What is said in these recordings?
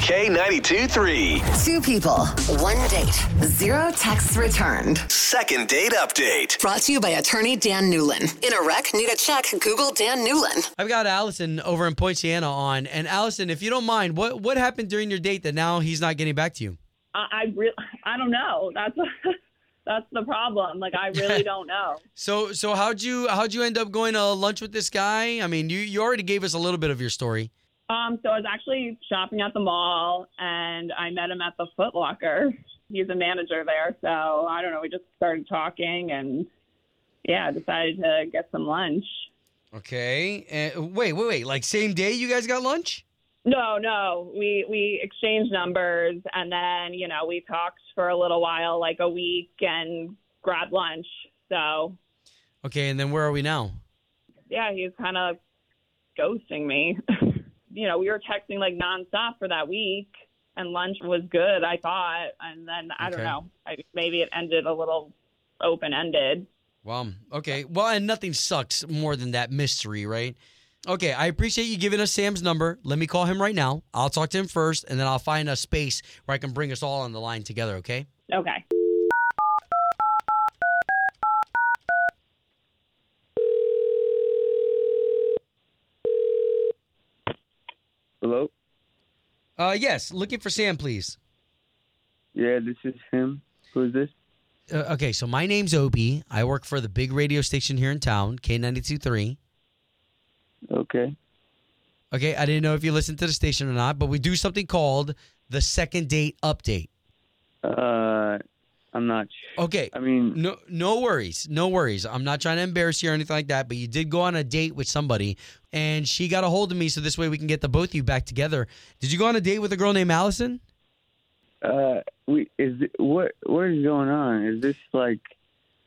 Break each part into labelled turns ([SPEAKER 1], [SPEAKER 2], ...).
[SPEAKER 1] K92 3.
[SPEAKER 2] Two people, one date, zero texts returned.
[SPEAKER 1] Second date update.
[SPEAKER 2] Brought to you by attorney Dan Newlin. In a wreck, need a check, Google Dan Newlin.
[SPEAKER 3] I've got Allison over in Poinciana on, and Allison, if you don't mind, what what happened during your date that now he's not getting back to you?
[SPEAKER 4] I, I really, I don't know. That's that's the problem. Like I really don't know.
[SPEAKER 3] So so how'd you how'd you end up going to lunch with this guy? I mean, you you already gave us a little bit of your story.
[SPEAKER 4] Um, so I was actually shopping at the mall, and I met him at the Foot Locker. He's a manager there, so I don't know. We just started talking, and yeah, decided to get some lunch.
[SPEAKER 3] Okay. Uh, wait wait wait. Like same day you guys got lunch?
[SPEAKER 4] No, no, we we exchanged numbers, and then you know we talked for a little while, like a week, and grabbed lunch. So
[SPEAKER 3] Okay, and then where are we now?
[SPEAKER 4] yeah, he was kind of ghosting me. you know, we were texting like nonstop for that week, and lunch was good, I thought. And then I don't
[SPEAKER 3] Okay.
[SPEAKER 4] know, I, maybe it ended a little open ended.
[SPEAKER 3] Wow. Okay. Well, and nothing sucks more than that mystery, right? Okay. I appreciate you giving us Sam's number. Let me call him right now. I'll talk to him first, and then I'll find a space where I can bring us all on the line together. Okay.
[SPEAKER 4] Okay.
[SPEAKER 5] Hello.
[SPEAKER 3] Uh, yes. Looking for Sam, please.
[SPEAKER 5] Yeah, this is him. Who is this?
[SPEAKER 3] Uh, okay. So my name's Obi. I work for the big radio station here in town, K 923
[SPEAKER 5] Okay.
[SPEAKER 3] Okay. I didn't know if you listened to the station or not, but we do something called the second date update.
[SPEAKER 5] Uh, I'm not. Sh-
[SPEAKER 3] Okay.
[SPEAKER 5] I mean,
[SPEAKER 3] No, no worries, no worries. I'm not trying to embarrass you or anything like that. But you did go on a date with somebody, and she got a hold of me, so this way we can get the both of you back together. Did you go on a date with a girl named Allison?
[SPEAKER 5] uh, we is it, what what is going on? Is this like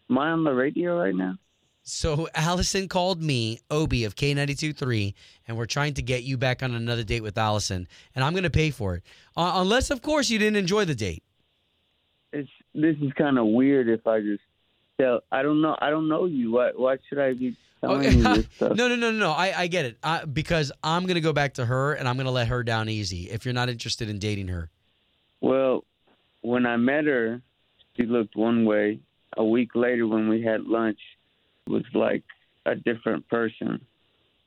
[SPEAKER 5] am I on the radio right now?
[SPEAKER 3] So Allison called me, Obi of K92.3, and we're trying to get you back on another date with Allison, and I'm gonna pay for it, uh, unless of course you didn't enjoy the date.
[SPEAKER 5] It's this is kind of weird. If I just tell, I don't know. I don't know you. Why why should I be telling
[SPEAKER 3] Okay.
[SPEAKER 5] you this stuff?
[SPEAKER 3] no, no, no, no, no. I, I get it. I, because I'm gonna go back to her, and I'm gonna let her down easy. If you're not interested in dating her.
[SPEAKER 5] Well, when I met her, she looked one way. A week later, when we had lunch, was like a different person.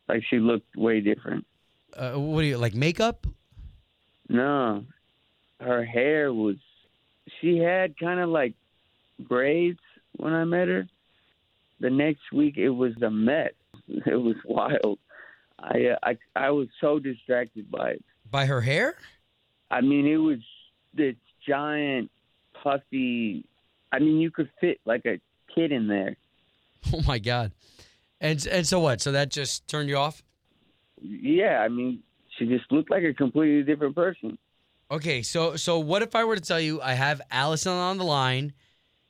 [SPEAKER 5] Like she looked way different.
[SPEAKER 3] Uh, what do you like? Makeup?
[SPEAKER 5] No, her hair was. She had kind of like braids when I met her. The next week, it was a mess. It was wild. I uh, I I was so distracted by it.
[SPEAKER 3] By her hair?
[SPEAKER 5] I mean, it was this giant, puffy. I mean, you could fit like a kid in there.
[SPEAKER 3] Oh my god. And and so what? So that just turned you off?
[SPEAKER 5] Yeah, I mean, she just looked like a completely different person.
[SPEAKER 3] Okay, so so what if I were to tell you I have Allison on the line?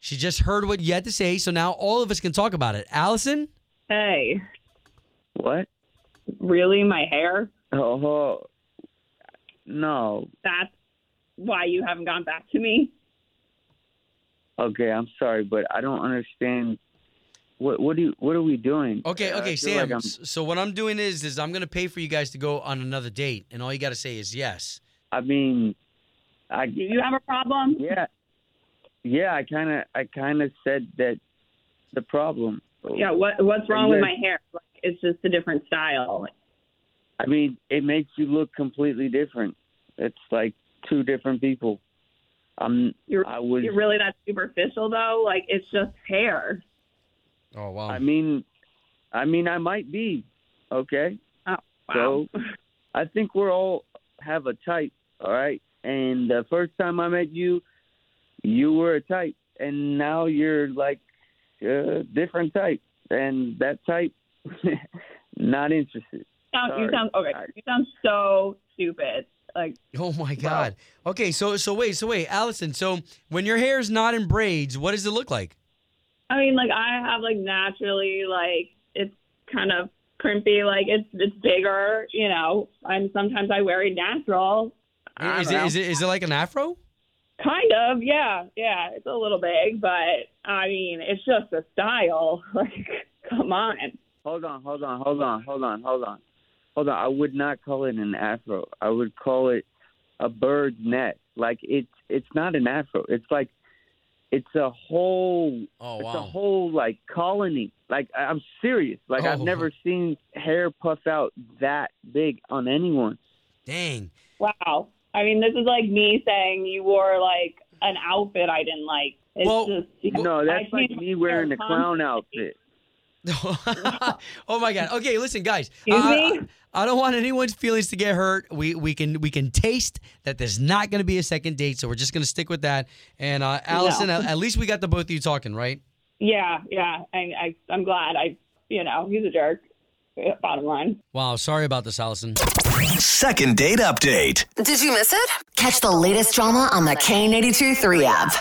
[SPEAKER 3] She just heard what you had to say, so now all of us can talk about it. Allison?
[SPEAKER 4] Hey,
[SPEAKER 5] What?
[SPEAKER 4] really, my hair?
[SPEAKER 5] Oh, no.
[SPEAKER 4] That's why you haven't gone back to me?
[SPEAKER 5] Okay, I'm sorry, but I don't understand. What what do you, what are we doing?
[SPEAKER 3] Okay,
[SPEAKER 5] I
[SPEAKER 3] okay,
[SPEAKER 5] feel like
[SPEAKER 3] Sam.
[SPEAKER 5] I'm-
[SPEAKER 3] s- so what I'm doing is is I'm gonna pay for you guys to go on another date, and all you gotta say is yes.
[SPEAKER 5] I mean, I
[SPEAKER 4] Do you have a problem?
[SPEAKER 5] yeah, yeah. I kind of I kind of said that the problem.
[SPEAKER 4] Yeah. What What's wrong with
[SPEAKER 5] Yeah.
[SPEAKER 4] my hair? Like, it's just a different style.
[SPEAKER 5] I mean, it makes you look completely different. It's like two different people. I'm.
[SPEAKER 4] You're,
[SPEAKER 5] I was.
[SPEAKER 4] you're really that superficial though. Like it's just hair.
[SPEAKER 3] Oh wow.
[SPEAKER 5] I mean, I mean, I might be. Okay.
[SPEAKER 4] Wow.
[SPEAKER 5] So, I think we're all have a type. All right. And the first time I met you, you were a type, and now you're like a different type, and that type, not interested.
[SPEAKER 4] Sound- you
[SPEAKER 5] sorry.
[SPEAKER 4] sound okay.
[SPEAKER 5] I-
[SPEAKER 4] You sound so stupid. Like
[SPEAKER 3] oh my god. Okay, so so wait, so wait, Allison, so when your hair's not in braids, what does it look like?
[SPEAKER 4] I mean, like I have like naturally like it's kind of crimpy. Like it's it's bigger. You know, and sometimes I wear it natural. I
[SPEAKER 3] Is
[SPEAKER 4] don't
[SPEAKER 3] it,
[SPEAKER 4] know.
[SPEAKER 3] is it is it like an afro?
[SPEAKER 4] Kind of, yeah, yeah. It's a little big, but I mean, it's just a style. Like, come on.
[SPEAKER 5] Hold on, hold on, hold on, hold on, hold on, hold on. I would not call it an afro. I would call it a bird's nest. Like it's it's not an afro. It's like it's a whole
[SPEAKER 3] Oh
[SPEAKER 5] it's a
[SPEAKER 3] wow.
[SPEAKER 5] whole like colony. Like I- I'm serious. Like I've
[SPEAKER 3] Oh.
[SPEAKER 5] never seen hair puff out that big on anyone.
[SPEAKER 3] Dang.
[SPEAKER 4] Wow. I mean, this is like me saying you wore like an outfit I didn't like. It's
[SPEAKER 3] Well,
[SPEAKER 4] just,
[SPEAKER 5] No, that's
[SPEAKER 4] I
[SPEAKER 5] like
[SPEAKER 4] can't
[SPEAKER 5] me wearing a
[SPEAKER 4] wear
[SPEAKER 5] clown outfit.
[SPEAKER 3] oh my God. Okay, listen, guys.
[SPEAKER 4] Excuse
[SPEAKER 3] I,
[SPEAKER 4] me?
[SPEAKER 3] I, I don't want anyone's feelings to get hurt. We we can we can taste that there's not going to be a second date, so we're just going to stick with that. And uh, Allison, at, at least we got the both of you talking, right?
[SPEAKER 4] yeah, yeah. I, I, I'm glad. I, you know, he's a jerk. Yeah, Bottom line.
[SPEAKER 3] Wow. Sorry about this, Allison.
[SPEAKER 1] Second date update.
[SPEAKER 2] Did you miss it? Catch the latest drama on the K82 3 app.